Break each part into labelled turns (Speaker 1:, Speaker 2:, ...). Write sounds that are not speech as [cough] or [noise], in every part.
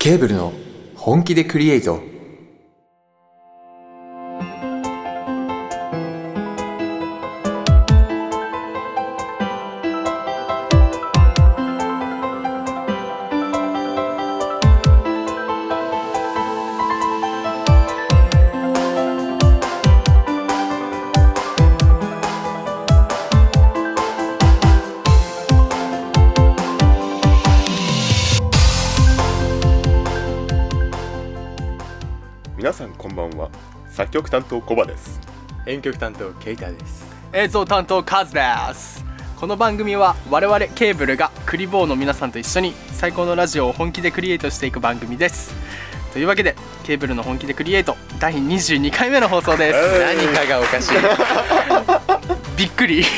Speaker 1: ケーブルの本気でクリエイト
Speaker 2: 皆さんこんばんは作曲担当コバです
Speaker 3: 編曲担当ケイタです
Speaker 4: 映像担当カズですこの番組は我々ケーブルがクリボーの皆さんと一緒に最高のラジオを本気でクリエイトしていく番組ですというわけでケーブルの本気でクリエイト第22回目の放送です
Speaker 2: え
Speaker 3: 何かがおかしい今
Speaker 4: びっくり
Speaker 3: 日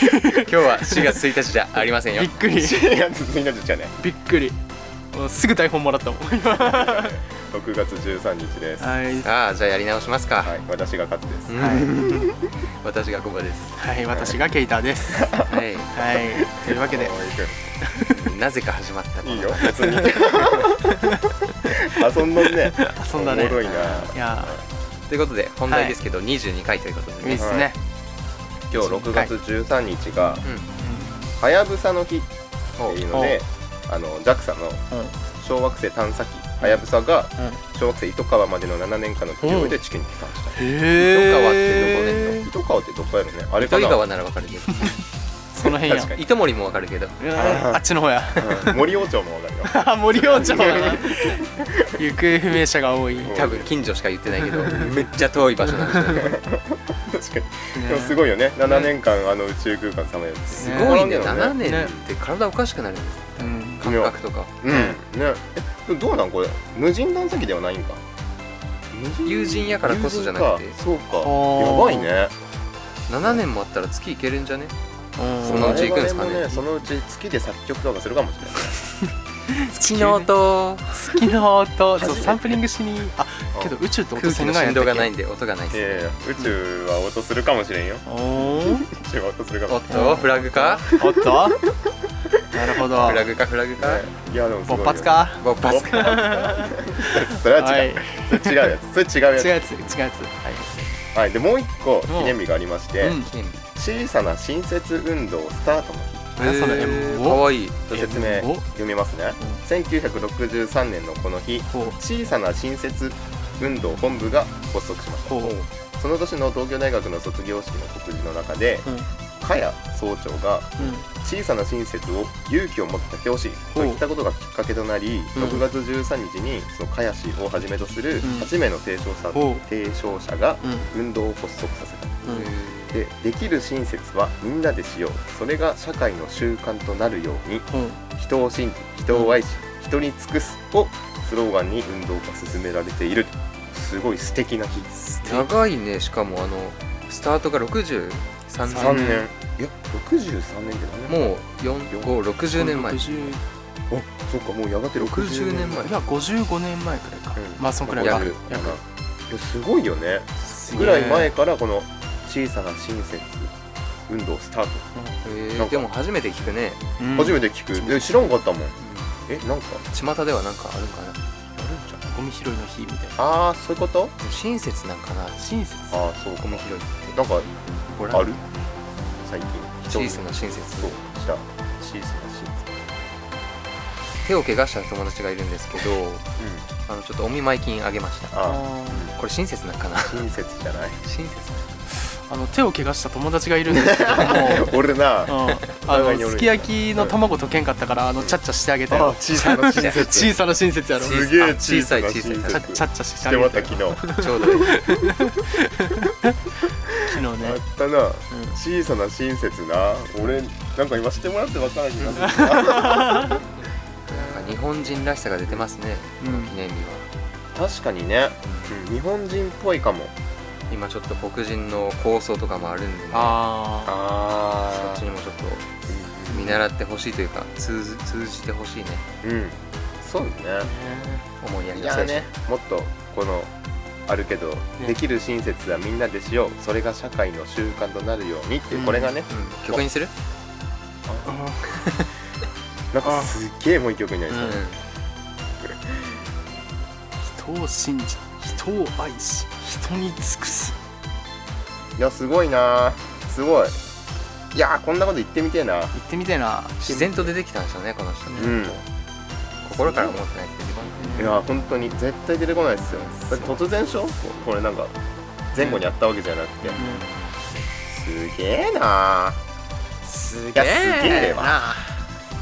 Speaker 3: は4月1日じゃありませんよ
Speaker 4: びっくり
Speaker 2: 4月1日じゃね
Speaker 4: びっくりもうすぐ台本もらったもんは、
Speaker 2: 6月13日ですはい
Speaker 3: ああじゃあやり直しますか、
Speaker 2: い私が勝手です
Speaker 3: はい、私がコバです
Speaker 4: はい、私がケイタですは
Speaker 3: はい
Speaker 4: い、というわけで
Speaker 2: 可愛
Speaker 3: なぜか始まった
Speaker 2: く
Speaker 3: この
Speaker 2: いいよ別に [laughs] 遊んどんね
Speaker 4: 遊んだね
Speaker 2: おもろいない
Speaker 4: や
Speaker 3: ということで本題ですけど、22回ということ
Speaker 4: ーいい
Speaker 3: で
Speaker 4: っすね、
Speaker 2: 今日6月13日が
Speaker 4: う
Speaker 2: はやぶさの日っていうのであの JAXA の
Speaker 4: ん
Speaker 2: 小惑星探査機はやぶさが
Speaker 4: う
Speaker 2: 小惑星糸川までの7年間の距離をで地球に帰還した
Speaker 4: へえ
Speaker 2: 糸川ってどこやろねあれかな
Speaker 3: 糸魚川ならわかるけど
Speaker 4: その辺や
Speaker 2: 確
Speaker 3: [laughs]
Speaker 2: かに
Speaker 3: 糸森もわかるけど
Speaker 4: うんあっちの方や
Speaker 2: うん森王朝もわかるよ
Speaker 4: あ森王朝だな行方不明者が多い、ね、
Speaker 3: 多分近所しか言ってないけど [laughs] めっちゃ遠い場所なんですよ
Speaker 2: 確かにでもすごいよね7年間あの宇宙空間さまよって
Speaker 3: す [laughs] ごいね
Speaker 2: ね
Speaker 3: 7年って体おかしくなるんです
Speaker 4: うん
Speaker 3: 感覚とか
Speaker 2: うんねえでもどうなんこれ無人探査機ではないんか無人
Speaker 3: 友人やからこそじゃなくて
Speaker 2: 友人かそうか
Speaker 4: ー
Speaker 2: やばいね
Speaker 3: 7年もあったら月行けるんじゃね
Speaker 4: そ
Speaker 3: そのうち行くんすかね
Speaker 2: 我々もそのうち月で作曲とかするかもしれない
Speaker 3: 月の音
Speaker 4: 月の音そうサンプリングしにあけど宇宙って音
Speaker 3: 空気
Speaker 4: せん
Speaker 3: の
Speaker 4: がや
Speaker 3: 振
Speaker 4: った
Speaker 3: 動
Speaker 4: っけ
Speaker 3: がないんで音がないです
Speaker 2: ええ宇宙は音するかもしれんよ
Speaker 4: おー
Speaker 2: 宇宙は音するか
Speaker 3: お
Speaker 2: も
Speaker 3: っとフラグかフ
Speaker 4: おっとなるほど
Speaker 3: ラグかフラグか
Speaker 2: ねいやでもすごい
Speaker 4: 勃
Speaker 2: よ
Speaker 4: 発か
Speaker 3: 勃
Speaker 2: 勃
Speaker 3: 発
Speaker 4: [laughs]
Speaker 2: 発
Speaker 3: か
Speaker 2: かそれは
Speaker 4: は
Speaker 2: 違
Speaker 4: いう
Speaker 2: それ違うやつそれ違うや
Speaker 4: 違う
Speaker 2: つ
Speaker 4: やつ違うやつはい
Speaker 2: はいでもう一個記念日がありまして
Speaker 4: うん
Speaker 3: 記念日
Speaker 2: 小さな新設運動スタートの日
Speaker 4: 何その
Speaker 3: え
Speaker 4: え
Speaker 3: ー
Speaker 4: もう
Speaker 3: かわいい
Speaker 2: と説明
Speaker 4: えもう
Speaker 2: 読みますね1963年のこの日
Speaker 4: ほう
Speaker 2: 小さな新設運動本部が発足しました
Speaker 4: ほう
Speaker 2: その年の東京大学の卒業式の告示の中で
Speaker 4: うん
Speaker 2: 加谷総長が小さな親切を勇気を持って表しといったことがきっかけとなり、
Speaker 4: うん
Speaker 2: 6月13日にその加谷氏をはじめとする
Speaker 4: ん
Speaker 2: 8名の提唱者,、
Speaker 4: ほう
Speaker 2: 提唱者が
Speaker 4: うん
Speaker 2: 運動を発足させた
Speaker 4: うんうん
Speaker 2: でできる親切はみんなでしようそれが社会の習慣となるように
Speaker 4: ほう
Speaker 2: 人を信じ人を愛し人に尽くすをスローガンに運動が進められているすごい素敵な日
Speaker 3: 長いねしかもあのスタートが63年
Speaker 2: 3年いや63年って何年
Speaker 3: もう4560年前
Speaker 4: 60
Speaker 2: あそうかもうやがて
Speaker 3: 60
Speaker 2: 60
Speaker 3: 年
Speaker 2: 年
Speaker 3: 前
Speaker 4: いや55年前くらいか
Speaker 2: うん
Speaker 4: まあそんくらいか
Speaker 2: 約
Speaker 4: 約
Speaker 2: いやすごいよね
Speaker 4: す
Speaker 2: ぐ
Speaker 4: げえ
Speaker 2: らい前からこの小さな親切運動スタート、
Speaker 3: え
Speaker 2: なんか
Speaker 3: ーでも初めて聞くね
Speaker 4: うん
Speaker 2: 初めて聞くで知らんかったもんえなんか
Speaker 3: 巷ではなんかあるんかな
Speaker 2: あるんじゃない
Speaker 4: ゴミ拾いの日みたいな
Speaker 2: ああそういうこと
Speaker 3: 親切なんかな
Speaker 4: 親切
Speaker 2: ああそうか
Speaker 3: ゴ
Speaker 2: も
Speaker 3: ミ拾いって
Speaker 2: なんか
Speaker 3: ほら
Speaker 2: ある最近
Speaker 3: 小さな親切
Speaker 2: そうした小さな親切
Speaker 3: 手を怪我した友達がいるんですけど
Speaker 2: うん
Speaker 3: あのちょっとお見舞い金あげました
Speaker 2: あ
Speaker 3: これ親切なんかな
Speaker 2: あ [laughs] 親切じゃない
Speaker 3: 親切
Speaker 4: あの手を怪我した友達がいるんですけど
Speaker 2: [laughs]
Speaker 4: も
Speaker 2: 俺な
Speaker 4: うんあのすき焼きの卵溶けんかったからあのチャッチャしてあげたよ
Speaker 2: 小さな親切
Speaker 4: 小さな親切やろチ
Speaker 2: すげえ小
Speaker 3: 小
Speaker 2: さ
Speaker 3: さい
Speaker 2: な親
Speaker 3: 小さい
Speaker 2: 切
Speaker 4: ャッチャッチャして
Speaker 2: し
Speaker 4: あ
Speaker 2: て
Speaker 4: げ
Speaker 2: まったた
Speaker 4: よ
Speaker 2: 昨日あ
Speaker 3: ちょうどいい
Speaker 4: 昨日ね
Speaker 2: ったな
Speaker 4: うん
Speaker 2: 小さな親切な俺なんか今してもらってわからんけど
Speaker 3: なんか日本人らしさが出てますね、
Speaker 4: うん
Speaker 3: 記念日は、
Speaker 2: 確かにねうん日本人っぽいかも
Speaker 3: 今ちょっと黒人の構想とかもあるんでね
Speaker 4: あ
Speaker 3: そ
Speaker 2: あ
Speaker 3: っちにもちょっと
Speaker 2: あ
Speaker 3: 見習ってほしいというか通ず通じてほしいね
Speaker 2: うんそうね
Speaker 4: あ
Speaker 3: 思いやり
Speaker 2: い
Speaker 3: が
Speaker 2: やねもっとこのあるけど、できる親切はみんなでしようそれが社会の習慣となるようにっていう、
Speaker 4: うん
Speaker 2: これがね
Speaker 3: うん、曲にする、
Speaker 2: なんかすっげえもう一曲になりそう、
Speaker 3: う
Speaker 4: う
Speaker 3: ん
Speaker 4: ん人を信じ人を愛し人に尽くす
Speaker 2: いやすごいなすごいいやーこんなこと言ってみてえな
Speaker 4: 言ってみてえな
Speaker 3: 自然と出てきたんですよねこの人ね、
Speaker 2: うん
Speaker 3: 心から思ってないって自分
Speaker 2: いやー本当に絶対出てこないですよだって突然でしょこれなんか前後にあったわけじゃなくて、すげえな
Speaker 4: す
Speaker 2: げえ
Speaker 4: な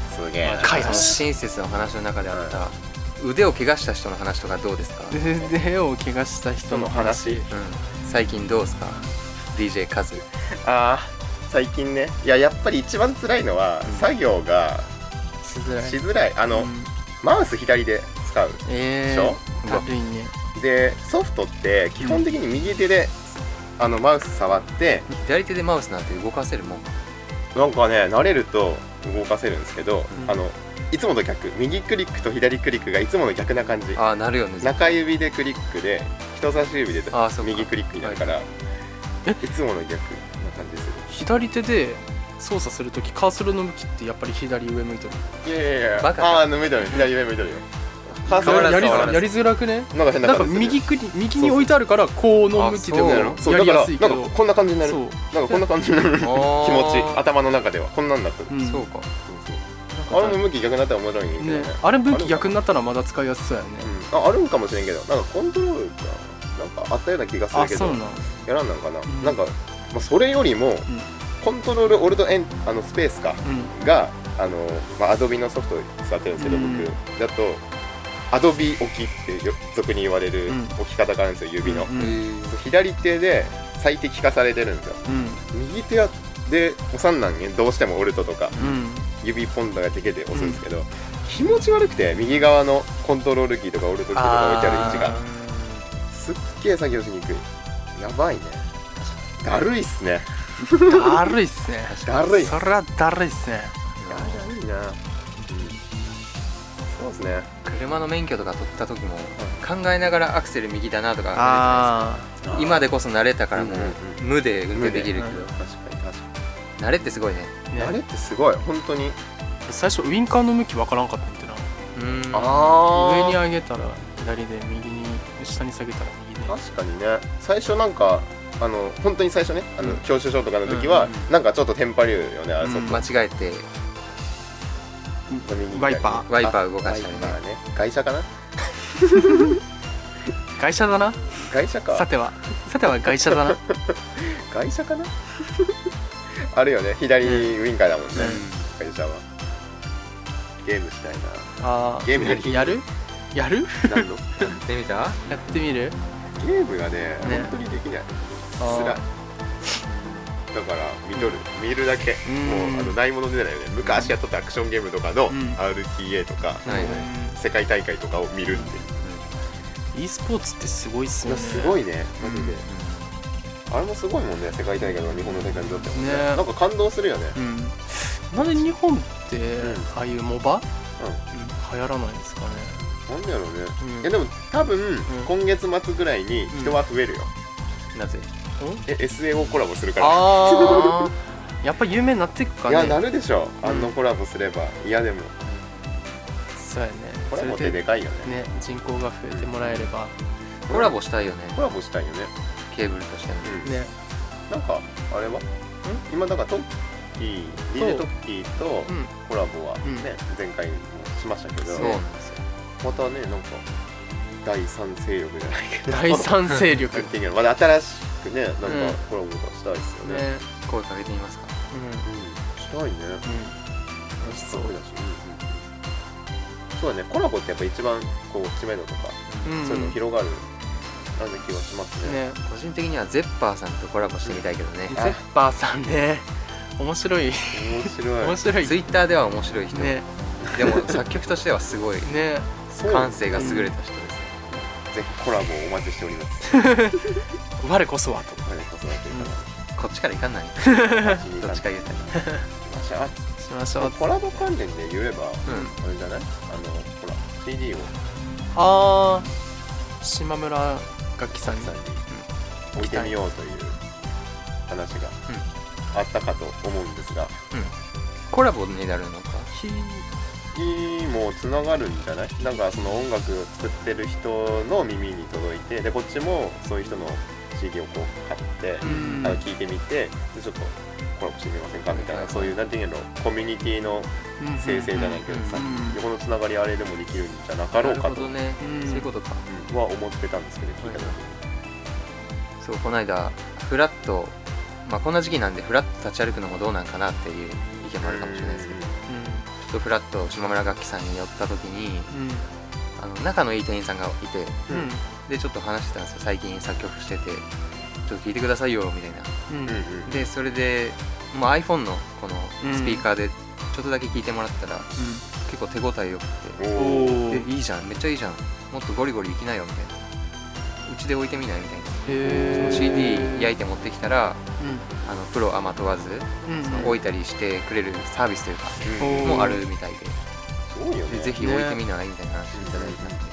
Speaker 2: すげえな
Speaker 4: か
Speaker 3: その親切の話の中であった腕を怪我した人の話とかどうですか、うん、
Speaker 4: 腕を怪我した人
Speaker 2: 人
Speaker 4: の
Speaker 2: の
Speaker 4: 話
Speaker 2: 話
Speaker 3: 最近どうですか DJ カズ
Speaker 2: あー最近ねいややっぱり一番辛いのは作業が
Speaker 4: しづらい
Speaker 2: しづらいあの、
Speaker 4: うん
Speaker 2: マウス左で使う
Speaker 4: え
Speaker 2: でしょ
Speaker 4: ー、だるいね
Speaker 2: でソフトって基本的に右手で、あのマウス触って
Speaker 3: 左手でマウスなんて動かせるもん
Speaker 2: なんかね慣れると動かせるんですけど、
Speaker 4: うん
Speaker 2: あのいつもと逆右クリックと左クリックがいつもの逆な感じ
Speaker 3: ああなるよね
Speaker 2: 中指でクリックで人差し指で
Speaker 3: あーそっか
Speaker 2: 右クリックになるから、
Speaker 4: え
Speaker 2: いつもの逆な感じす
Speaker 4: 左手で操作するときカーソルの向きってやっぱり左上向いてる
Speaker 2: るいやいやいや
Speaker 3: バカか
Speaker 2: ああ抜いてる左上向いてるよカーソ
Speaker 3: 変わ
Speaker 2: ル
Speaker 3: らず
Speaker 4: やり
Speaker 3: 変わらず
Speaker 4: やりづらくね
Speaker 2: なんか変な
Speaker 4: なんか
Speaker 2: 感じする
Speaker 4: 右くり右に置いてあるからこうの向きでも
Speaker 3: あ
Speaker 2: な
Speaker 3: そ
Speaker 2: の
Speaker 3: う
Speaker 2: そう
Speaker 4: や
Speaker 2: だ
Speaker 4: り
Speaker 2: か
Speaker 4: や
Speaker 2: ら
Speaker 4: すい
Speaker 2: な
Speaker 4: け
Speaker 2: ん
Speaker 4: ど
Speaker 2: かこんな感じになる
Speaker 4: そう
Speaker 2: なんかこんな感じにな
Speaker 3: [laughs]
Speaker 2: る気持
Speaker 3: 持
Speaker 2: ち頭の中ではこんなんなってる、
Speaker 4: うん
Speaker 3: そうか
Speaker 2: あれの向き逆になったら面白いんだよね
Speaker 4: ね、あれ向き逆になったらまだ使いやすそうやね
Speaker 2: うんああるんかもしれんけどなんかコントロールがなんかあったような気がする
Speaker 4: あ
Speaker 2: け
Speaker 4: そ
Speaker 2: ど
Speaker 4: うなん
Speaker 2: やらんなんかな、
Speaker 4: ん
Speaker 2: なんか、まあ、それよりも、コントロールオルトエンあのスペースか
Speaker 4: う
Speaker 2: があの、まあ、アドビのソフト使ってるんですけど、
Speaker 4: うん
Speaker 2: 僕だとアドビ置きってよ俗に言われる
Speaker 4: うん
Speaker 2: 置き方があるんですよ指の、
Speaker 4: うん
Speaker 3: え
Speaker 2: 左手で最適化されてるんですよ
Speaker 4: ん
Speaker 2: 右手で押さんなんねどうしてもオルトとか
Speaker 4: うんうん
Speaker 2: 指ポンとかでけて押すんですけど、気持ち悪くて右側のコントロールキーとかオルトキーとか置いてある位置がすっげえ作業しにくいやばいねだるいっすね
Speaker 4: だるいっすね
Speaker 2: だるいっす
Speaker 4: そりゃだるいっすね
Speaker 2: やだるいな、うんそうですね
Speaker 3: 車の免許とか取った時も考えながらアクセル右だなとか
Speaker 4: あ
Speaker 3: 慣れてないですか今でこそ慣れたからもう
Speaker 2: うん
Speaker 3: 無で運転できるけど
Speaker 4: 無
Speaker 2: 確かに確か
Speaker 3: 慣れってすごいね
Speaker 4: あ、
Speaker 2: に、あれ
Speaker 4: ね、
Speaker 2: ってすごい本当に
Speaker 4: 最初ウインカーの向きわからんかったみたいな
Speaker 3: うん
Speaker 2: あ
Speaker 4: 上に
Speaker 2: あ
Speaker 4: 上げたら左で右に下に下げたら右で
Speaker 2: 確かにね最初なんかあの本当に最初ねあの、
Speaker 4: うん
Speaker 2: 教習所とかの時は、
Speaker 4: うんうんう
Speaker 2: なんかちょっとテンパりるよねあれ、
Speaker 4: うん
Speaker 2: そっ
Speaker 3: 間違えて
Speaker 2: か右左に
Speaker 4: ワイパ
Speaker 3: ーワイパー動かした
Speaker 2: あ
Speaker 3: りね
Speaker 2: ワイパーね外車かな
Speaker 4: 外車だな
Speaker 2: 外車
Speaker 4: さ
Speaker 2: か
Speaker 4: てはさては外車
Speaker 2: [laughs]
Speaker 4: だな
Speaker 2: 外車かな [laughs] あるよね左ウインカーだもんね、会社はゲームしたい
Speaker 4: あ
Speaker 2: ゲームやり
Speaker 4: やるやる
Speaker 2: な何の
Speaker 3: やってみた
Speaker 4: やってみる
Speaker 2: ゲームがね
Speaker 4: ね
Speaker 2: 本当にできない
Speaker 4: あ
Speaker 2: 辛
Speaker 4: ー
Speaker 2: いだから見とる見るだけ
Speaker 4: うん
Speaker 2: もうあのないもの出ないよね昔やっとったアクションゲームとかの
Speaker 4: うん
Speaker 2: RTA とか
Speaker 3: ないの
Speaker 2: 世界大会とかを見るっていう
Speaker 4: うん e スポーツってすごいっす
Speaker 2: い
Speaker 4: よ
Speaker 2: や
Speaker 4: ね
Speaker 2: すごいねマジ
Speaker 4: う
Speaker 2: であれもすごいもんね世界大会とか日本の大会にとってもね
Speaker 4: ね
Speaker 2: なんか感動するよね
Speaker 4: うんなんで日本って
Speaker 2: ん
Speaker 4: ああいうモバ、うん、流行らないんですかね
Speaker 2: なんだろうね
Speaker 4: うん
Speaker 2: いやでも多分今月末ぐらいに人は増えるよ
Speaker 3: なぜ
Speaker 2: え SAO コラボするから
Speaker 4: あ
Speaker 2: [laughs]
Speaker 4: あやっぱ有名になってくか
Speaker 2: い
Speaker 4: ね
Speaker 2: やなるでしょ
Speaker 4: うん
Speaker 2: あのコラボすればいやでも
Speaker 4: そうやね
Speaker 2: コラボっ
Speaker 4: そ
Speaker 2: て
Speaker 4: れで
Speaker 2: でかいよね
Speaker 4: ね人口が増えてもらえれば
Speaker 3: コラボしたいよね
Speaker 2: コラボしたいよね
Speaker 3: ケーブルとしても
Speaker 2: うん
Speaker 4: ね
Speaker 2: なんかあれは今だからトッキー DJ トッキーと
Speaker 4: うん
Speaker 2: コラボはね、
Speaker 4: うん
Speaker 2: 前回もしましたけど
Speaker 3: そうなんですよ
Speaker 2: またねなんか第三勢力じゃないけど
Speaker 4: [laughs]
Speaker 2: [laughs]
Speaker 4: 第三勢力
Speaker 2: なん
Speaker 4: ね
Speaker 2: ていうのまだ新しくねなんか
Speaker 4: うん
Speaker 2: コラボとかしたいですよね、
Speaker 3: 声かけてみますか
Speaker 2: うん、したいね
Speaker 4: う
Speaker 2: 楽しそうだし、そうだねコラボってやっぱ一番こう知名度とか、
Speaker 4: んうん
Speaker 2: そういうの広がるなんで気はしますね
Speaker 4: ね
Speaker 3: 個人的にはゼッパーさんとコラボしてみたいけどね
Speaker 4: ゼッパーさんね面白い
Speaker 2: 面白
Speaker 4: 面
Speaker 2: い
Speaker 4: 白い
Speaker 3: ツイッターでは面白い人
Speaker 4: ね
Speaker 3: でも作曲としてはすごい
Speaker 4: ね
Speaker 2: そう
Speaker 3: 感性が優れた人です
Speaker 2: ぜひコラボをお待ちしております
Speaker 4: 我こそはと
Speaker 2: お金子育てい
Speaker 3: こっちから行かない
Speaker 2: ただきます
Speaker 3: どっちか言うたら
Speaker 2: ましょう
Speaker 4: しましょう
Speaker 2: コラボ関連で言えば、
Speaker 3: う
Speaker 2: あれじゃないあのほら CD を
Speaker 4: ああ島村楽器さんに
Speaker 2: さんに置いてみようという話があったかと思うんですが、
Speaker 3: コラボになるのか
Speaker 4: ひ
Speaker 2: きもつながるんじゃないなんかその音楽を作ってる人の耳に届いてでこっちもそういう人の CD をこう買って、
Speaker 4: うん
Speaker 2: あの聞いてみてでちょっとコラボしてみませんかみたい
Speaker 3: は
Speaker 2: な
Speaker 3: いはい
Speaker 2: そういうなんていうのコミュニティの生成じゃないけどさ
Speaker 4: うん
Speaker 2: 横のつながりあれでもできるんじゃなか
Speaker 3: な
Speaker 2: ろう
Speaker 3: る
Speaker 2: か
Speaker 3: ほ
Speaker 2: と
Speaker 3: どね、
Speaker 4: うん
Speaker 3: そういうことか
Speaker 2: うんは思ってたんですけど聞いた時に
Speaker 3: そうこの間フラッとまあこんな時期なんでフラッと立ち歩くのもどうなんかなっていう意見もあるかもしれないですけどちょっとフラッと島村楽器さんに寄った時に
Speaker 4: うん
Speaker 3: あの仲のいい店員さんがいて
Speaker 4: うんうん
Speaker 3: でちょっと話してたんですよ最近作曲しててちょっと聞いてくださいよみたいな
Speaker 4: うん
Speaker 2: うんうん
Speaker 3: でそれで、まあ、iPhone のこ
Speaker 4: うん
Speaker 3: のスピーカーでちょっとだけ聞いてもらったら、結構手応えよくて
Speaker 2: うんおー
Speaker 4: お
Speaker 3: 「
Speaker 4: おへ
Speaker 3: えいいじゃんめっちゃいいじゃんもっとゴリゴリ行きなよ」みたいな「うちで置いてみない?」みたいなその
Speaker 4: え
Speaker 3: CD 焼いて持ってきたらあのプロアマ問わず
Speaker 4: うんうん
Speaker 3: その置いたりしてくれるサービスというか
Speaker 2: うん
Speaker 4: おー
Speaker 3: もあるみたい
Speaker 2: すごいよ
Speaker 3: で
Speaker 2: ね
Speaker 3: でぜひ置いてみないみたいな話いただいたんで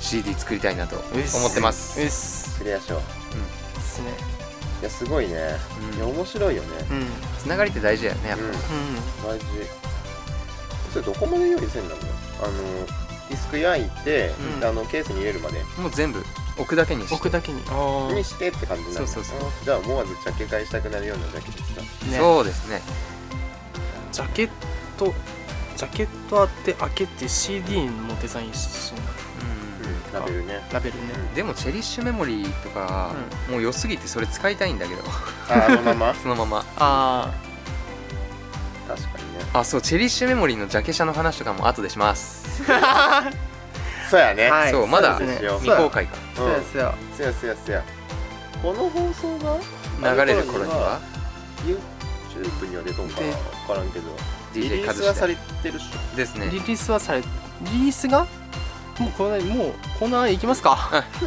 Speaker 3: CD 作りたいなと
Speaker 4: うっす
Speaker 3: 思ってます
Speaker 4: うっす
Speaker 2: クリアしよう
Speaker 4: ですね
Speaker 2: いやすごいね
Speaker 3: うん
Speaker 2: いや面白いよね
Speaker 4: うんうん
Speaker 3: つながりって大事だよねやっ
Speaker 2: うん
Speaker 4: うん
Speaker 2: 大事それどこまで用意せんだろうあのディスク焼いて、
Speaker 4: うん
Speaker 2: であのケースに入れるまで
Speaker 3: ぱもう全部置くだけにして
Speaker 4: 置くだけにあ
Speaker 2: にしてって感じになるんだ
Speaker 3: そうそう
Speaker 2: じゃあ思わずジャケ買いしたくなるようなだけですか
Speaker 4: ね
Speaker 3: そうですね
Speaker 4: ジャケットジャケット当て開けて CD もデザインし
Speaker 2: うんラベルね
Speaker 4: ラベルね
Speaker 3: でもチェリッシュメモリーとか、もう良すぎてそれ使いたいんだけど [laughs]
Speaker 2: ああのまま
Speaker 3: そのまま
Speaker 4: あ
Speaker 2: 確かにね
Speaker 3: あそうチェリッシュメモリーのジャケ写の話とかも後でします、
Speaker 4: あ
Speaker 2: そうやね、
Speaker 4: はい
Speaker 3: そうまだ
Speaker 2: そうですよ
Speaker 3: 未公開か
Speaker 2: う
Speaker 4: そうですよ
Speaker 2: ん、そうやそうやそうやこの放送が
Speaker 3: 流れる頃には
Speaker 2: YouTube には出とんかな
Speaker 4: で
Speaker 2: 分からんけどリリ
Speaker 3: DJ
Speaker 2: ー
Speaker 3: カ
Speaker 2: ス
Speaker 3: ズ
Speaker 2: はさ
Speaker 3: シ
Speaker 2: れてるっしょ
Speaker 3: です
Speaker 4: リリ
Speaker 3: ね
Speaker 4: ースはされリリースがもうこの辺もうコーナー行きますかこ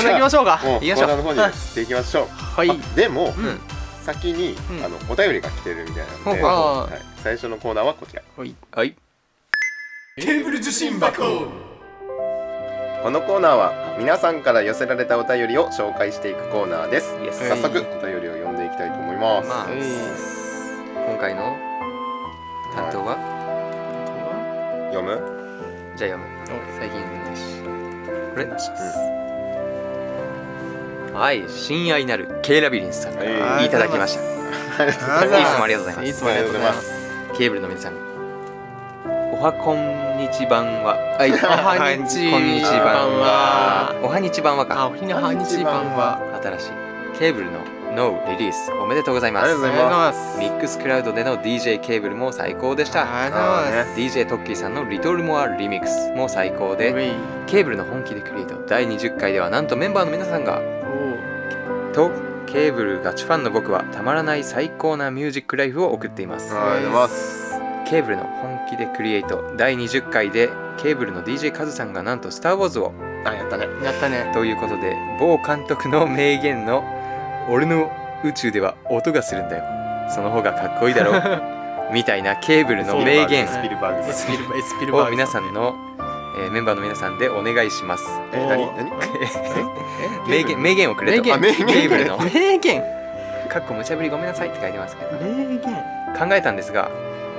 Speaker 4: れ行きましょうか
Speaker 2: もう
Speaker 3: 行きましょ
Speaker 2: コー
Speaker 3: う
Speaker 2: ナーの方にしていきましょう
Speaker 4: はい
Speaker 2: あでも、
Speaker 3: うん
Speaker 2: 先に、
Speaker 4: うん
Speaker 2: あのお便りが来てるみたいな
Speaker 3: ほ
Speaker 2: の
Speaker 3: うほ
Speaker 2: で、
Speaker 3: うほう
Speaker 2: はい、最初のコーナーはこちら
Speaker 4: はい
Speaker 3: はい
Speaker 2: このコーナーは皆さんから寄せられたお便りを紹介していくコーナーです
Speaker 3: イエス
Speaker 2: 早速お便りを読んでいきたいと思います、
Speaker 3: まあ
Speaker 4: うい
Speaker 3: 今回の担当は、
Speaker 2: 読む
Speaker 3: じゃあ読む最近のないしこれはい親愛なるケイラビリンスさんか
Speaker 2: は
Speaker 3: ら
Speaker 2: い
Speaker 3: いただきました
Speaker 2: ありがとうござい
Speaker 3: い
Speaker 2: ま
Speaker 3: つもありがとうございます
Speaker 4: いつもありがとうございます
Speaker 3: ケーブルの皆さんおはこんにちばんははいお
Speaker 4: はにち
Speaker 3: こんにちばんはおはにちばんは
Speaker 4: あ
Speaker 3: か
Speaker 4: おひなはにちばんは
Speaker 3: 新しいケーブルの NO リリースおめでとうございま
Speaker 2: あり
Speaker 3: す
Speaker 2: がとうご
Speaker 4: あ
Speaker 2: ざ
Speaker 4: り
Speaker 2: いま
Speaker 4: がとうございます
Speaker 3: ミックスクラウドでの DJ ケーブルも最高でした
Speaker 4: ありがとうございます
Speaker 2: あ
Speaker 3: DJ トッキーさんの「リトルモアリミックス」も最高で
Speaker 4: ウェイ
Speaker 3: ケーブルの本気でクリエイト第20回ではなんとメンバーの皆さんがとケーブルガチファンの僕はたまらない最高なミュージックライフを送っています
Speaker 2: すありがとうございます
Speaker 3: ケーブルの本気でクリエイト第20回でケーブルの DJ カズさんがなんと「スター・ウォーズを
Speaker 2: あやったね
Speaker 4: おーやったね」
Speaker 3: ということで某監督の名言の「俺の宇宙では音がするんだよその方がかっこいいだろう」
Speaker 2: [laughs]
Speaker 3: みたいなケーブルの名言
Speaker 2: スピルバーグ
Speaker 4: スピルバーグスピルバー
Speaker 3: を
Speaker 4: グ
Speaker 3: 皆さんの、えーメンバーの皆さんでお願いします。
Speaker 2: え何何
Speaker 3: 名言名言をくれと
Speaker 2: 名言
Speaker 3: あケーブルの
Speaker 4: 名言
Speaker 3: かっこ無茶ぶりごめんなさいって書いてますけど
Speaker 4: 名言
Speaker 3: 考えたんですが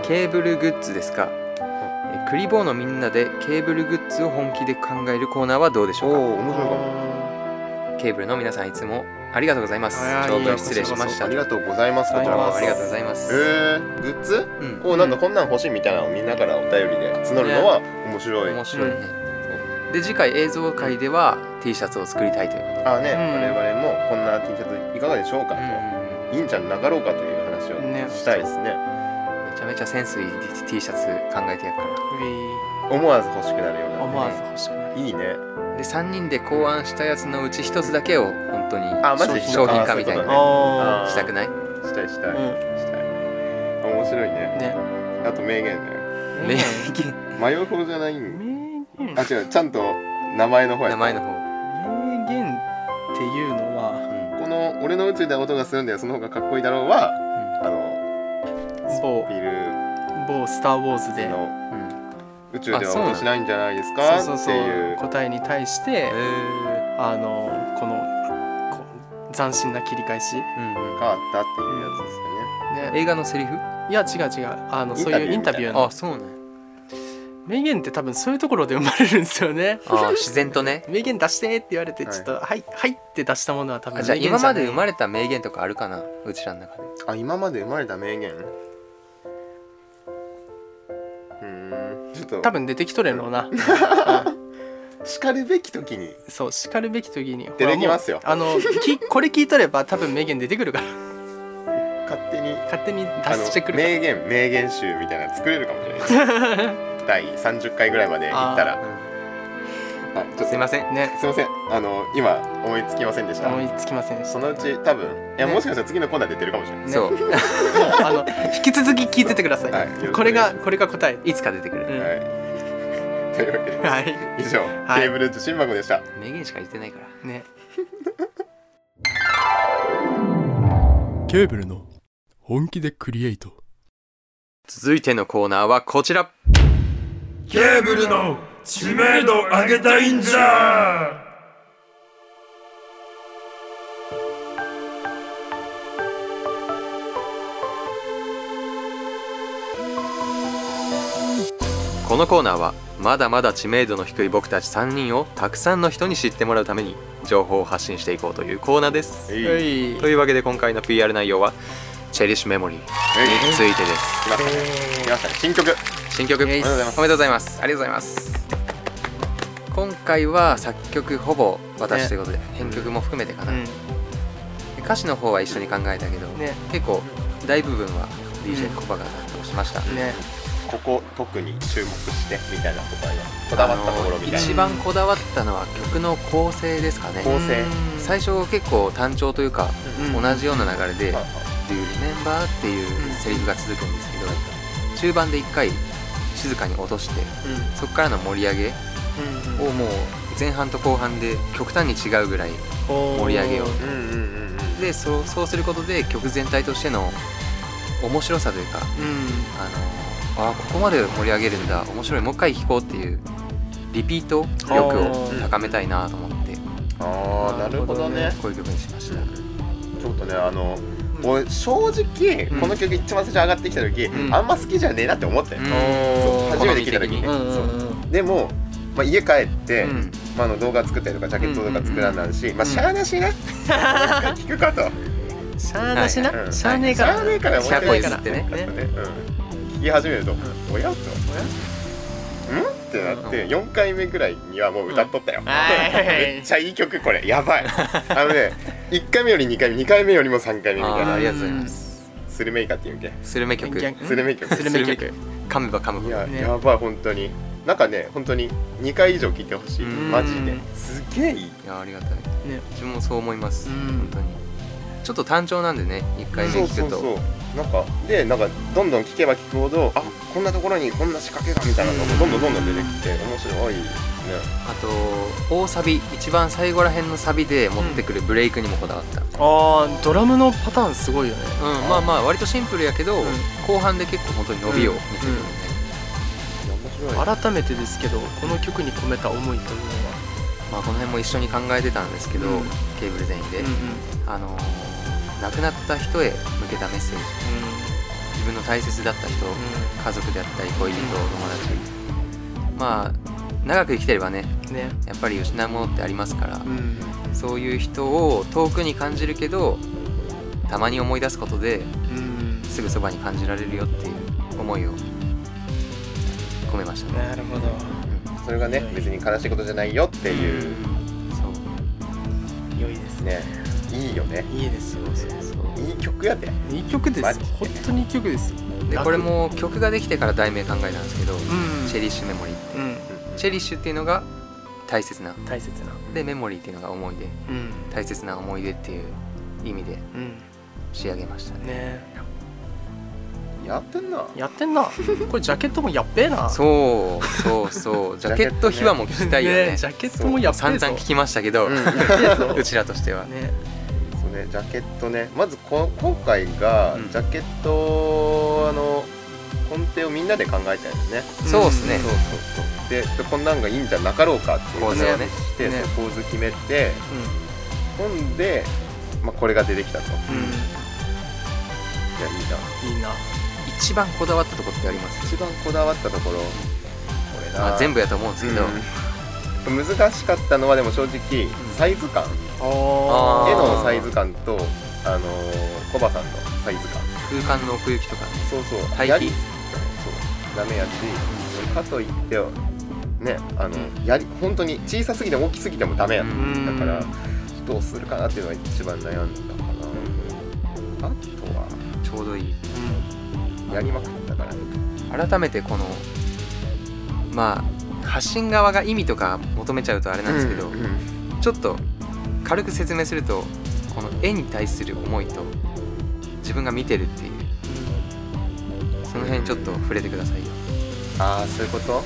Speaker 3: ケーブルグッズですかえクリボーのみんなでケーブルグッズを本気で考えるコーナーはどうでし
Speaker 2: お
Speaker 3: ょう
Speaker 2: おー面白いかも
Speaker 3: かケーブルの皆さんいつもありがとうございます
Speaker 4: あー
Speaker 3: 長
Speaker 4: いや
Speaker 3: 文失礼しました
Speaker 2: あ
Speaker 3: ど
Speaker 2: り
Speaker 3: うも
Speaker 2: がとうございますこちらこそ
Speaker 3: ありがとうございます、
Speaker 2: えー、グッズ
Speaker 3: うん
Speaker 2: をなんかこんなん欲しいみたいなのをみんなからお便りで募るのは面白い、
Speaker 3: 面白いね、で次回映像会では T シャツを作りたいというこ
Speaker 2: ああね、
Speaker 4: うん
Speaker 2: 我々もこんな T シャツいかがでしょうか
Speaker 3: と、
Speaker 2: と、
Speaker 3: うん
Speaker 2: いいんじゃなかろうかという話を
Speaker 4: ね
Speaker 2: したいですね
Speaker 3: めちゃめちゃセンスいい T シャツ考えてやるか
Speaker 4: ウェ
Speaker 2: 思わず欲しくなるよう
Speaker 4: イ
Speaker 2: な
Speaker 4: 思わず欲しくなる
Speaker 2: いいね
Speaker 3: らで3人で考案したやつのうち1つだけを本当に
Speaker 2: あマジで
Speaker 3: 商品化みたいな
Speaker 2: あ
Speaker 4: あ
Speaker 2: ー
Speaker 3: したくない
Speaker 2: したいしたい、
Speaker 4: あうん
Speaker 2: したい面白いね
Speaker 4: ね
Speaker 2: あと名言ね
Speaker 3: 名
Speaker 4: 名
Speaker 3: 言
Speaker 2: 迷うほどじゃないん
Speaker 4: 言名
Speaker 2: あ違うちゃんと名前の方や
Speaker 3: 名前の方
Speaker 4: 言名言っていうのは
Speaker 2: この「俺の宇宙で音がするんだよその方がかっこいいだろうは」あの
Speaker 4: 某
Speaker 2: ビル
Speaker 4: 某スターウォーズで
Speaker 2: の
Speaker 3: うん
Speaker 2: 宇宙で
Speaker 3: あ
Speaker 2: は
Speaker 3: そうなの
Speaker 2: 音しないんじゃないですか
Speaker 4: そうそう
Speaker 2: っ
Speaker 4: そ
Speaker 2: ていうう
Speaker 4: 答えに対して
Speaker 3: え
Speaker 4: あのこのこう斬新な切り返し
Speaker 3: うんうん
Speaker 2: があったっていうやつですよね
Speaker 4: ね
Speaker 3: 映画のセリフ
Speaker 4: いや違う違うあのそういうイ
Speaker 2: イ
Speaker 4: ン
Speaker 2: ン
Speaker 4: タ
Speaker 2: タ
Speaker 4: ビ
Speaker 2: ビュ
Speaker 4: ュー
Speaker 2: ー
Speaker 4: の
Speaker 3: あそうね
Speaker 4: 名言って多分そういうところで生まれるんですよね
Speaker 3: あー自然とね
Speaker 4: [laughs] 名言出してって言われて
Speaker 2: はい
Speaker 4: ちょっと「はい」はいって出したものは多分
Speaker 3: あじゃあ
Speaker 4: 名言
Speaker 3: 今ま
Speaker 4: ない
Speaker 3: で生まれた名言とかあるかなうちらの中で
Speaker 2: あ今まで生まれた名言うーんちょっと
Speaker 4: 多分出てきとるやろう [laughs] な
Speaker 2: 叱るべき時に
Speaker 4: そう叱るべき時に
Speaker 2: 出てきますよ
Speaker 4: ほらもうあのきこれ聞いとれば多分名言出てくる
Speaker 2: [laughs]
Speaker 4: から
Speaker 2: 勝手に
Speaker 4: 勝手に出
Speaker 2: あの
Speaker 4: してくるから
Speaker 2: 名言名言集みたいなの作れるかもしれないです
Speaker 4: [laughs]
Speaker 2: 第30回ぐらいまで行ったらあちょっと
Speaker 3: すいません
Speaker 4: ね
Speaker 2: すいませんあの今思いつきませんでした
Speaker 4: 思いつきませんでし
Speaker 2: そ
Speaker 4: た
Speaker 2: のうち多分いや
Speaker 4: ね
Speaker 2: もしかしたら次のコーナー出てるかもしれ
Speaker 4: [laughs]
Speaker 2: ない
Speaker 4: ね
Speaker 3: そう
Speaker 4: あの引き続き聞いててください、
Speaker 2: はいよろしくお願いします
Speaker 4: これがこれが答え、
Speaker 3: いつか出てく
Speaker 4: う
Speaker 3: る
Speaker 4: ん
Speaker 2: はいというわけで
Speaker 4: はい
Speaker 2: 以上、
Speaker 4: い
Speaker 2: ケーブル受信箱でした
Speaker 3: 名言しか言ってないから
Speaker 4: ね
Speaker 5: ケーブルの本気でクリエイト
Speaker 3: 続いてのコーナーはこちら
Speaker 6: ケーブルの知名度上げたいんじゃ
Speaker 3: このコーナーはまだまだ知名度の低い僕たち3人をたくさんの人に知ってもらうために情報を発信していこうというコーナーです
Speaker 4: は
Speaker 2: えい
Speaker 4: い
Speaker 3: というわけで今回の PR 内容はチェリッシュメモリーについてです
Speaker 2: 来ましたね来ましたね新曲
Speaker 3: 新曲おめ
Speaker 4: イエ
Speaker 3: で
Speaker 4: イ
Speaker 3: とうございますありがとうございます今回は作曲ほぼ私ということで編曲も含めてか
Speaker 4: う
Speaker 3: な、
Speaker 4: ん
Speaker 3: で歌詞の方は一緒に考えたけど、
Speaker 4: ね
Speaker 3: 結構大部分は
Speaker 4: う
Speaker 3: DJ
Speaker 4: ん
Speaker 3: コバが担当しました、
Speaker 4: ね
Speaker 2: ここ特に注目してみたいなことありますこだわったところみたい
Speaker 3: あ
Speaker 2: な
Speaker 3: の一番こだわったのは曲の構成ですかね
Speaker 2: 構成
Speaker 4: うん
Speaker 3: 最初結構単調というか、
Speaker 4: うん
Speaker 3: 同じような流れで「
Speaker 2: まあ
Speaker 3: Do you remember?」っていうセリフが続くんですけど、中盤で一回静かに落として
Speaker 4: うん
Speaker 3: そこからの盛り上げ
Speaker 4: うん
Speaker 3: をもう前半と後半で極端に違うぐらい
Speaker 4: おー
Speaker 3: 盛り上げよう
Speaker 2: うんうんうんうん
Speaker 3: でそうそうすることで曲全体としての面白さという
Speaker 4: うん
Speaker 3: かあのあーここまで盛り上げるんだ面白いもう一回弾こうっていうリピート力を高めたいなと思って
Speaker 2: ああなるほどね
Speaker 3: こういう曲にしました、
Speaker 2: ちょっとねあの俺正直
Speaker 3: うん
Speaker 2: この曲一番最初上がってきた時
Speaker 3: うん
Speaker 2: あんま好きじゃねえなって思ったよ
Speaker 3: うん
Speaker 2: そう初めて聞いた
Speaker 3: 好み的に
Speaker 2: 時
Speaker 4: うんうんうん
Speaker 2: でもまあ家帰って
Speaker 3: うん
Speaker 2: まああの動画作ったりとかジャケットとか作らんなんしまあしゃあなしな聞くかと
Speaker 4: しゃあなしな、
Speaker 2: はいはい
Speaker 4: しゃあねえから
Speaker 2: しゃあねえから
Speaker 4: し
Speaker 2: し
Speaker 4: ゃ
Speaker 2: ゃ
Speaker 4: あ
Speaker 2: あ
Speaker 4: ね
Speaker 2: ね
Speaker 4: え
Speaker 2: え
Speaker 4: か
Speaker 2: からら
Speaker 4: ね
Speaker 2: ねうん聞き始めるとおやとうんってなって4回目ぐらいにはもう歌っとったよ
Speaker 4: は
Speaker 2: [laughs]
Speaker 4: い
Speaker 2: めっちゃいい曲これやばいあのね1回目より2回目2回目よりも3回目みたい
Speaker 3: あーあ
Speaker 2: な
Speaker 3: りがとうございます
Speaker 2: スルメイカっていうけ
Speaker 3: スルメ曲
Speaker 4: ギャン
Speaker 2: スルメイカ
Speaker 4: スルメ曲
Speaker 3: 噛めば噛むほ
Speaker 2: い
Speaker 3: ど
Speaker 2: や、
Speaker 4: ね
Speaker 2: やばい本当になんかね本当に2回以上聴いてほしい
Speaker 3: うん
Speaker 2: マジですげえいい
Speaker 3: いやありがたい、
Speaker 4: ね
Speaker 3: 自分もそう思います、
Speaker 4: うん
Speaker 3: 本当にちょっと単調なんでね1回目
Speaker 2: そう
Speaker 3: 聞
Speaker 2: そう
Speaker 3: くと
Speaker 2: そうなんかでなんかどんどん聴けば聴くほどあこんなところにこんな仕掛けがみたいなのがどんどんどんどん出てきて面白いね
Speaker 3: あと大サビ一番最後らへんのサビで持ってくるブレイクにもこだわった、
Speaker 4: あードラムのパターンすごいよね
Speaker 3: うんまあまあ割とシンプルやけど、
Speaker 4: ん
Speaker 3: 後半で結構本当に伸びを見せてくるね、
Speaker 2: いや面白い
Speaker 4: 改めてですけどこの曲に込めた思いというのは
Speaker 3: まあ、この辺も一緒に考えてたんですけど、
Speaker 4: うん
Speaker 3: ケーブル全員で、
Speaker 4: うんうん
Speaker 3: あのー亡くなった人へ向けたメッセージ自分の大切だった人、家族であったり恋人、友達まあ長く生きてればね
Speaker 4: うんね
Speaker 3: やっぱり失うものってありますから、
Speaker 4: うん
Speaker 3: そういう人を遠くに感じるけどたまに思い出すことで
Speaker 4: うん
Speaker 3: すぐそばに感じられるよっていう思いを込めましたね。
Speaker 4: なるほど
Speaker 2: それがね別に悲しいことじゃないよっていう
Speaker 3: そう
Speaker 4: 良いですね
Speaker 2: ねいいよね
Speaker 4: いいですよね
Speaker 2: いい曲やで
Speaker 4: いい曲です
Speaker 2: マ
Speaker 4: よ
Speaker 2: ジで
Speaker 4: 本当にいい曲ですよ
Speaker 3: でこれも曲ができてから題名考えたんですけど、
Speaker 4: うん
Speaker 3: チェリッシュメモリー
Speaker 4: うん
Speaker 3: チェリッシュっていうのが大切な
Speaker 4: 大切な
Speaker 3: でメモリーっていうのが思い出
Speaker 4: うん
Speaker 3: 大切な思い出っていう意味で
Speaker 4: うん
Speaker 3: 仕上げましたね
Speaker 4: ね
Speaker 2: やってんな
Speaker 4: やってんなこれジャケットもやっべえな
Speaker 3: [laughs] そうそうそうジャケット秘話も聞きたいよね
Speaker 4: ねジャケットもやっべ
Speaker 3: 散
Speaker 4: えぞ
Speaker 3: 々聞きましたけ [laughs] ど、う
Speaker 2: うんやってんぞ
Speaker 3: ちらとしては、
Speaker 4: ね
Speaker 2: そうね、ジャケットねまずこ今回が
Speaker 3: うん
Speaker 2: ジャケットの根底をみんなで考えたよね、
Speaker 3: そうですね
Speaker 2: そうそうそうででこんなんがいいんじゃなかろうかっていう
Speaker 3: 構
Speaker 2: 話
Speaker 3: 図をね
Speaker 2: して、
Speaker 4: ね
Speaker 2: そう構図決めてほんで、まあ、これが出てきたと、
Speaker 4: うんうん
Speaker 2: でやいいない
Speaker 4: いな
Speaker 3: 一番こだわったとこってあります
Speaker 2: 一番こだわったところこれな、
Speaker 3: まあ、全部やと思うんですけ
Speaker 2: う
Speaker 3: ど、
Speaker 2: ん難しかったのはでも正直サイズ感、
Speaker 4: あ
Speaker 3: ー
Speaker 2: 絵のサイズ感とあのーコバさんのサイズ感
Speaker 3: 空間の奥行きとかね
Speaker 2: そうそう
Speaker 3: 対比
Speaker 2: やりそうダメやしかといってねあのやり本当に小さすぎても大きすぎてもダメやっ
Speaker 3: う
Speaker 2: た、
Speaker 4: ん
Speaker 2: だからどうするかなっていうのが一番悩んだかな、あとは
Speaker 3: ちょうどいい
Speaker 2: やりまくったからね
Speaker 3: 改めてこのまあ発信側が意味とか求めちゃうとあれなんですけど、
Speaker 2: うん
Speaker 3: ちょっと軽く説明するとこの絵に対する思いと自分が見てるっていうその辺ちょっと触れてくださいよ
Speaker 2: ああそういうこと、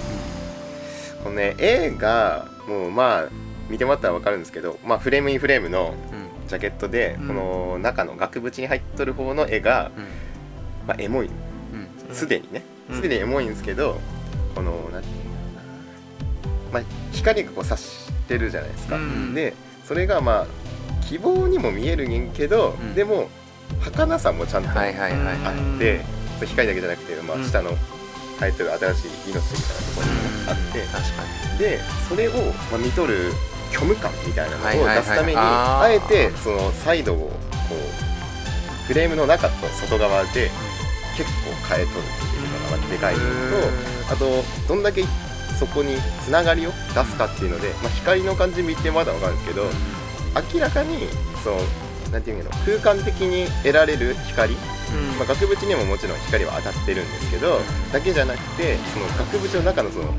Speaker 2: このね絵がもうまあ見てもらったら分かるんですけど、まあ、フレームインフレームの
Speaker 3: う
Speaker 2: ジャケットで、
Speaker 4: うん
Speaker 2: この中の額縁に入っとる方の絵が、
Speaker 3: んう
Speaker 2: まあ、エモい
Speaker 3: んうん
Speaker 4: うん
Speaker 2: すでにね
Speaker 4: うん
Speaker 2: すでにエモいんですけど、この何て言うんだろうな、まあ、光がこう差してるじゃないですか、
Speaker 4: うん
Speaker 2: でそれがまあ希望にも見えるんけど、
Speaker 3: うん
Speaker 2: でも儚さもちゃんと
Speaker 3: はいはいはい
Speaker 2: あって、そう光だけじゃなくて、ま
Speaker 4: う
Speaker 2: あ、
Speaker 4: ん
Speaker 2: 下のタイトル「新しい命」みたいなところにもあって、
Speaker 3: 確か
Speaker 2: でそれを、まあ、見とる虚無感みたいな
Speaker 3: はい
Speaker 2: の
Speaker 3: はい
Speaker 2: を
Speaker 3: は
Speaker 2: 出
Speaker 3: い
Speaker 2: すために、
Speaker 3: あー
Speaker 2: あえてそのサイドをこうフレームの中と外側で結構変えとるっていうのがまあでかいのとあとどんだけそこにつながりを出すかっていうので、まあ、光の感じ見てまだ分かるんですけど明らかにその。なんていうの空間的に得られる光、まあ、額縁にももちろん光は当たってるんですけどだけじゃなくてその額縁の中のその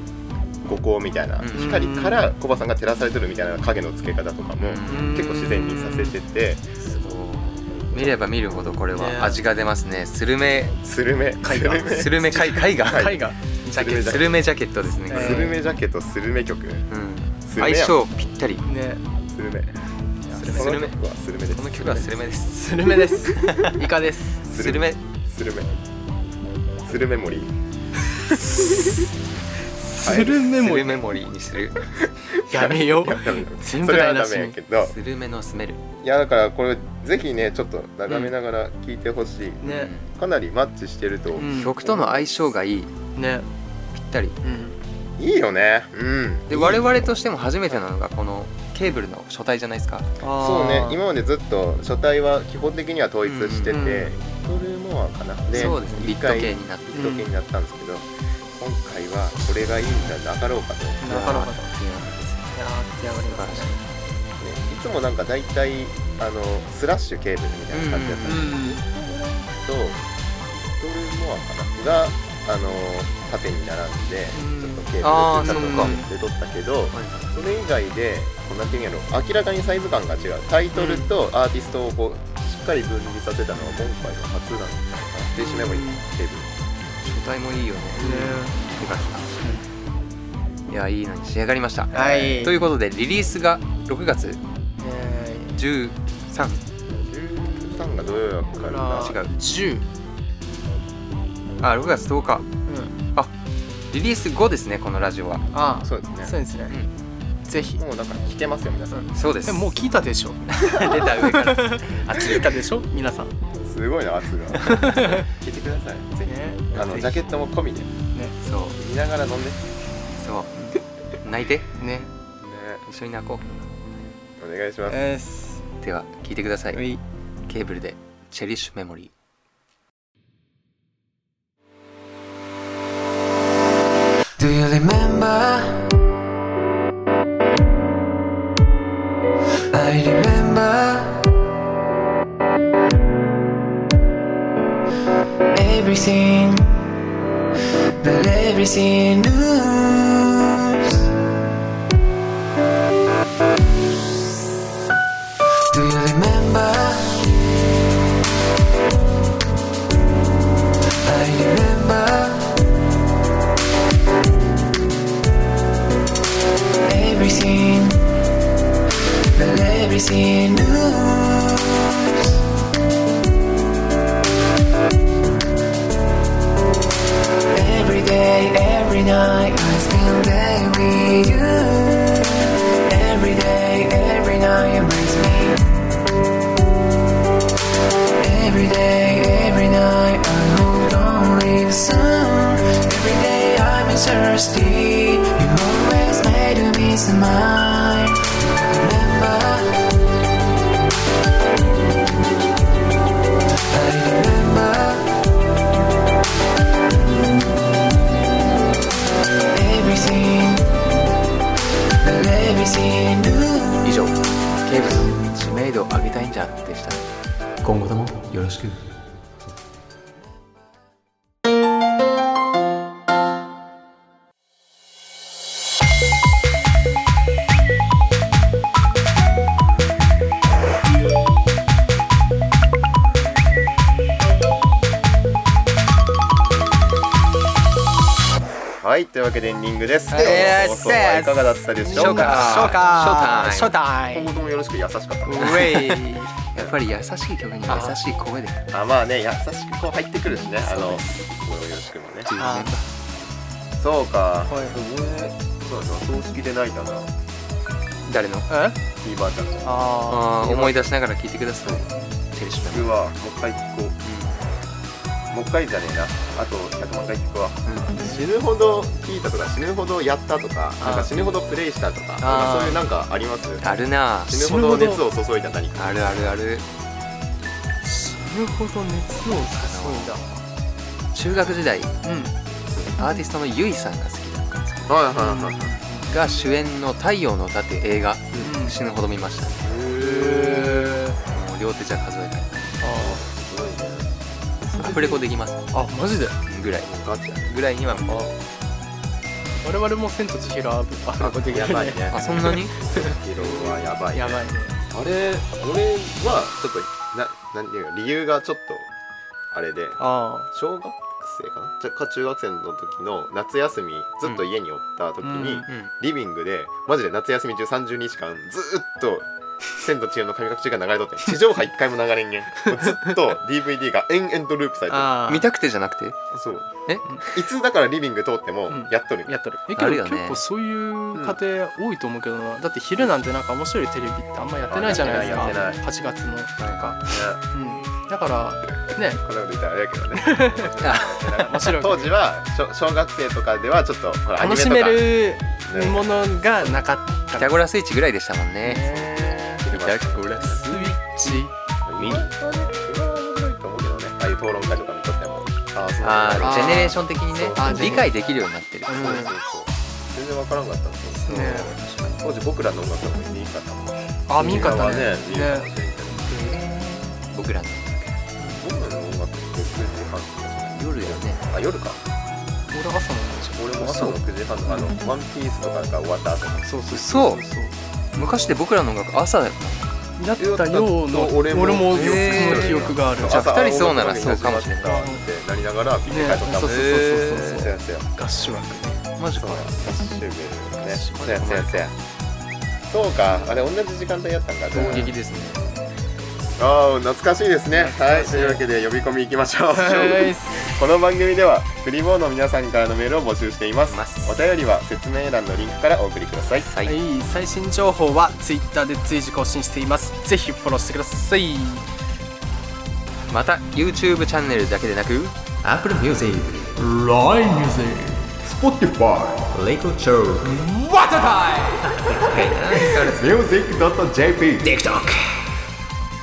Speaker 2: 五光みたいな
Speaker 3: うん
Speaker 2: 光からコバさんが照らされてるみたいな影の付け方とかも
Speaker 3: うん
Speaker 2: 結構自然にさせてて
Speaker 3: にそう見れば見るほどこれは味が出ますねスルメ
Speaker 2: スルメ
Speaker 4: 絵画
Speaker 2: ス
Speaker 3: ス
Speaker 2: ル
Speaker 3: ルメ絵絵画
Speaker 2: はい
Speaker 4: 絵画
Speaker 3: ジャケットスルメジャケットですねこ
Speaker 2: メ [laughs]
Speaker 3: れ
Speaker 2: スルメジャケットスルメ曲
Speaker 3: うん
Speaker 2: スルメ
Speaker 3: 相
Speaker 2: やん
Speaker 3: 性ぴったり
Speaker 4: ね
Speaker 2: スルメ
Speaker 3: メ
Speaker 2: その曲はスルメです
Speaker 3: この曲はスルメです
Speaker 4: スルメですイカです
Speaker 3: スルメ
Speaker 2: スルメスルメモリー
Speaker 4: スルメ
Speaker 3: ス
Speaker 4: も
Speaker 3: ルメモリーにする
Speaker 4: やめよう
Speaker 2: ダメダメ
Speaker 4: 全
Speaker 2: そ
Speaker 4: 部
Speaker 2: れは
Speaker 4: 台無
Speaker 2: ダ
Speaker 4: し
Speaker 2: メや
Speaker 4: に
Speaker 2: けど
Speaker 3: スルメのスメル
Speaker 2: いやだからこれぜひねちょっと眺めながら聴いてほしい、
Speaker 4: ね
Speaker 2: かなりマッチしてると、
Speaker 4: うん
Speaker 3: 曲との相性がいい
Speaker 4: ね
Speaker 3: ぴったり
Speaker 4: うん
Speaker 2: いいよねうん
Speaker 3: で我々としても初めてなのがこのケーブルの書体じゃないですか
Speaker 2: そうね
Speaker 4: あー
Speaker 2: 今までずっと書体は基本的には統一してて、
Speaker 4: うんうん
Speaker 2: それもあかなで
Speaker 3: そうですねビッ
Speaker 2: 一
Speaker 3: ト
Speaker 2: 回
Speaker 3: 系になって
Speaker 2: ビット系になったんですけど、今回はこれがいいんじゃなかろうかと、ね、
Speaker 4: なかなかだ
Speaker 3: っていうのがですね
Speaker 4: いやー出来上がりますね
Speaker 2: いつもなんか大体あのスラッシュケーブルみたいな感じだったんですけど、リトルモアかながあの縦に並んで、
Speaker 4: うん
Speaker 2: ちょっとケ
Speaker 3: あ
Speaker 2: ー
Speaker 3: ー
Speaker 2: ブル
Speaker 4: そっ
Speaker 2: で立たとかで撮ったけど、それ以外でこうなんていうんやろ明らかにサイズ感が違うタイトルとアーティストをこうしっかり分離させたのは今回の初なんじゃないかな電子メモリーテーブ
Speaker 3: 書体もいいよね
Speaker 4: ね
Speaker 3: てかいやいいのに仕上がりました
Speaker 4: はい
Speaker 3: ということでリリースが6月
Speaker 4: えー
Speaker 3: 13
Speaker 2: ル13がどうやか
Speaker 4: だ
Speaker 2: ら
Speaker 4: か
Speaker 2: な
Speaker 4: ら
Speaker 3: 違う
Speaker 4: 10
Speaker 3: あ6月10日
Speaker 4: うん
Speaker 3: リリース後ですねこのラジオは
Speaker 4: あ
Speaker 2: そうです
Speaker 4: そう
Speaker 2: ね
Speaker 4: ですねぜひ
Speaker 2: もうだから聞けますよ皆さん
Speaker 3: そうです
Speaker 4: でももう聞いたでしょ
Speaker 3: 出た上 [laughs] から
Speaker 4: あ聞いたでしょ皆さん
Speaker 2: すごいな圧が聞いてくださいぜ
Speaker 4: ね
Speaker 2: ひあのジャケットも込みで
Speaker 3: そう
Speaker 2: 見ながら飲んでね
Speaker 3: そう泣いて
Speaker 4: ね
Speaker 3: 一緒に泣こ
Speaker 2: お願いします
Speaker 4: えーす
Speaker 3: うでは聞いてください
Speaker 4: はい
Speaker 3: ケーブルでチェリッシュメモリー
Speaker 7: Every day, every night, I spend day with you. Every day, every night, embrace me. Every day, every night. peace of mind. Never. I remember. Everything. But everything new.
Speaker 3: 以上ケーブルの知名度を上げたいんじゃでした今後ともよろしく
Speaker 2: はいというわけでエンディングです、
Speaker 3: はい
Speaker 2: 今日の放送はいかがだったでしょうか
Speaker 4: ショーカー
Speaker 3: ショー
Speaker 4: タイ
Speaker 2: 今
Speaker 4: ム
Speaker 2: 後ともよろしく優しかったね
Speaker 4: ウェイ
Speaker 3: やっぱり優しい曲には優しい声で
Speaker 2: あまあね優しくこう入ってくるしねあのこれをよろしくもね
Speaker 4: あ
Speaker 2: そうか
Speaker 4: はい
Speaker 2: そうだねお葬式で泣いたな
Speaker 3: 誰の
Speaker 4: え
Speaker 2: ひいばあちゃんの
Speaker 4: あ
Speaker 3: あー思い出しながら聴いてくださいチェリシュメ
Speaker 2: 僕はもう一回聞こうもう一回じゃねえなあと100万回聞くわ、死ぬほど聞いたとか死ぬほどやったとかなんか死ぬほどプレイしたとかなんかそういうなんかあります
Speaker 3: あるな
Speaker 2: 死ぬほど熱を注いだ何か
Speaker 3: あるあるある
Speaker 4: 死ぬほど熱を注
Speaker 3: 中学時代
Speaker 4: いだうん
Speaker 3: アーティストのゆいさんが好きだったんですけ
Speaker 2: はいはいはい
Speaker 3: どが主演の「太陽の歌」っていう映画
Speaker 4: うん
Speaker 3: 死ぬほど見ましたね
Speaker 4: へー
Speaker 3: もう両手じゃ数えない
Speaker 4: あ
Speaker 2: すごいね
Speaker 3: アフレコできます
Speaker 4: ーあマジで
Speaker 3: ぐらい
Speaker 2: ガチやね
Speaker 3: ぐらいにはもう
Speaker 4: 我々も千と千尋アフレコできる
Speaker 2: やばいね
Speaker 3: あそんなに
Speaker 2: 疲労はやばいね
Speaker 4: [laughs] やばいね
Speaker 2: あれ俺はちょっとな何ていうか理由がちょっとあれで
Speaker 4: あ
Speaker 2: 小学生かなちょか中学生の時の夏休みずっと家におった時に、
Speaker 4: うん
Speaker 3: うん
Speaker 2: リビングでマジで夏休み中30日間ずーっと「千と千尋の神隠し」が流れとって地上波一回も流れ
Speaker 4: [laughs]
Speaker 2: んげんもうずっと DVD が延々とループされてる
Speaker 4: あー
Speaker 3: 見たくてじゃなくて
Speaker 2: そう
Speaker 3: え
Speaker 2: いつだからリビング通っても
Speaker 4: ん
Speaker 2: やっとるんよ
Speaker 4: やっとるえ
Speaker 3: ある
Speaker 4: け
Speaker 3: よ
Speaker 4: ど
Speaker 3: ね
Speaker 4: 結構そういう家庭多いと思うけどな、だって昼なんてなんか面白いテレビってあんまやってないじゃないですか
Speaker 2: あやってないやって
Speaker 4: 8月のなんか、
Speaker 2: ね
Speaker 4: うん、だからね
Speaker 2: こんなこと言ったらあれやけど
Speaker 4: [laughs]
Speaker 2: ね
Speaker 4: 面白い
Speaker 2: 当時は小小学生とかではちょっとほらアニメ
Speaker 4: 楽
Speaker 2: と
Speaker 4: し
Speaker 2: か
Speaker 4: める
Speaker 2: ね
Speaker 4: ものがなかっ
Speaker 3: ピ
Speaker 4: た
Speaker 3: タゴラスイッチぐらいでしたもんね
Speaker 4: ね
Speaker 3: ピタゴラス
Speaker 4: スイッチ
Speaker 2: ミニはね、それは面白いと思うけどね。ああいう討論会とか見とっても、ああ、そう
Speaker 3: あ
Speaker 2: なんだ
Speaker 3: ー
Speaker 4: あー
Speaker 3: ジェネレーション的にね
Speaker 4: あー
Speaker 3: 理解できるようになってる
Speaker 4: うん
Speaker 2: そうそうそう。全然わからんかったんですよ。
Speaker 4: ね
Speaker 2: 当時僕らの音楽も見にくかったもん。ね、
Speaker 4: あ見んかった
Speaker 2: は
Speaker 4: ね
Speaker 2: ね、見にかったけど、
Speaker 3: 僕らの
Speaker 2: 僕らの音楽って9時半とかじゃない
Speaker 3: 夜よね
Speaker 2: あ、夜か。
Speaker 4: 俺朝のイメージ
Speaker 2: 俺も朝の9時半のあの、ワンピースとかが終わった後の。
Speaker 4: そうそう
Speaker 3: そう
Speaker 4: そう
Speaker 3: 昔で僕らの音楽朝だよ
Speaker 4: だったようの
Speaker 2: 俺
Speaker 4: 俺
Speaker 2: も
Speaker 4: もそ
Speaker 3: へー
Speaker 4: の記憶がある
Speaker 3: じゃあ二人そうならそうかもしれない
Speaker 2: 朝青の音楽に始まったってなりながら、見て帰っとったもん
Speaker 4: ねそうそうそうそうそう
Speaker 2: せやせや。
Speaker 4: 合唱枠ね
Speaker 3: マジか
Speaker 2: そうや、ダッシュベルね。そうや、そうや、そうや。そうか、あれ同じ時間帯やったんか。
Speaker 3: 衝撃ですね
Speaker 2: ああ、懐かしいですね。はい、というわけで呼び込み行きましょう。
Speaker 4: はい
Speaker 2: [laughs] この番組では、フリーボーの皆さんからのメールを募集しています。
Speaker 3: ます
Speaker 2: お便りは説明欄のリンクからお送りください。
Speaker 3: はい
Speaker 4: はい、最新情報は Twitter で随時更新していますぜひフォローしてください
Speaker 3: また YouTube チャンネルだけでなく Apple Music
Speaker 6: LINE Music
Speaker 3: Lego Show [laughs]
Speaker 2: music.jp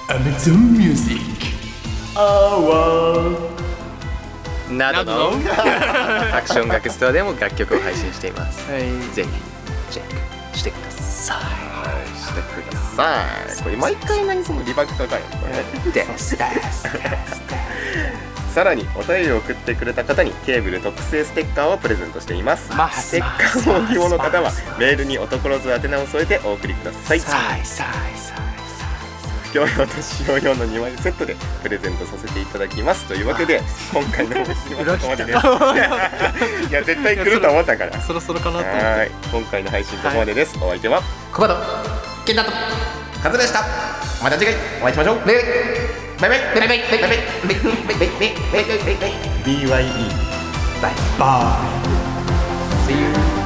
Speaker 6: Amazon Music
Speaker 3: などの [laughs] アクション楽ストアでも楽曲を配信しています
Speaker 4: はい
Speaker 3: ぜひチェックしてくださ
Speaker 2: してください。これ毎回何そのリバッグ高いよねこれね。
Speaker 3: いですです
Speaker 2: さらにお便りを送ってくれた方にケーブル特製ステッカーをプレゼントしています
Speaker 4: まあ
Speaker 2: ステッカーをお希望の方はメールにおところず宛名を添えてお送りください
Speaker 4: さいさいさ
Speaker 2: 今日の年用用の2枚セットでプレゼントさせていただきますというわけで今回のお話はここまでですいや絶対来ると思ったから
Speaker 4: いそろそろかなと思って
Speaker 2: はい今回の配信ここまでです、お相手は
Speaker 3: 小バトケンタと
Speaker 2: カズでしたまた次回お会いしましょう
Speaker 3: バイ
Speaker 2: バイバイ
Speaker 3: バイバイバイバイバイバイバイバイバイバイバイバイバイ
Speaker 2: BYE
Speaker 3: See you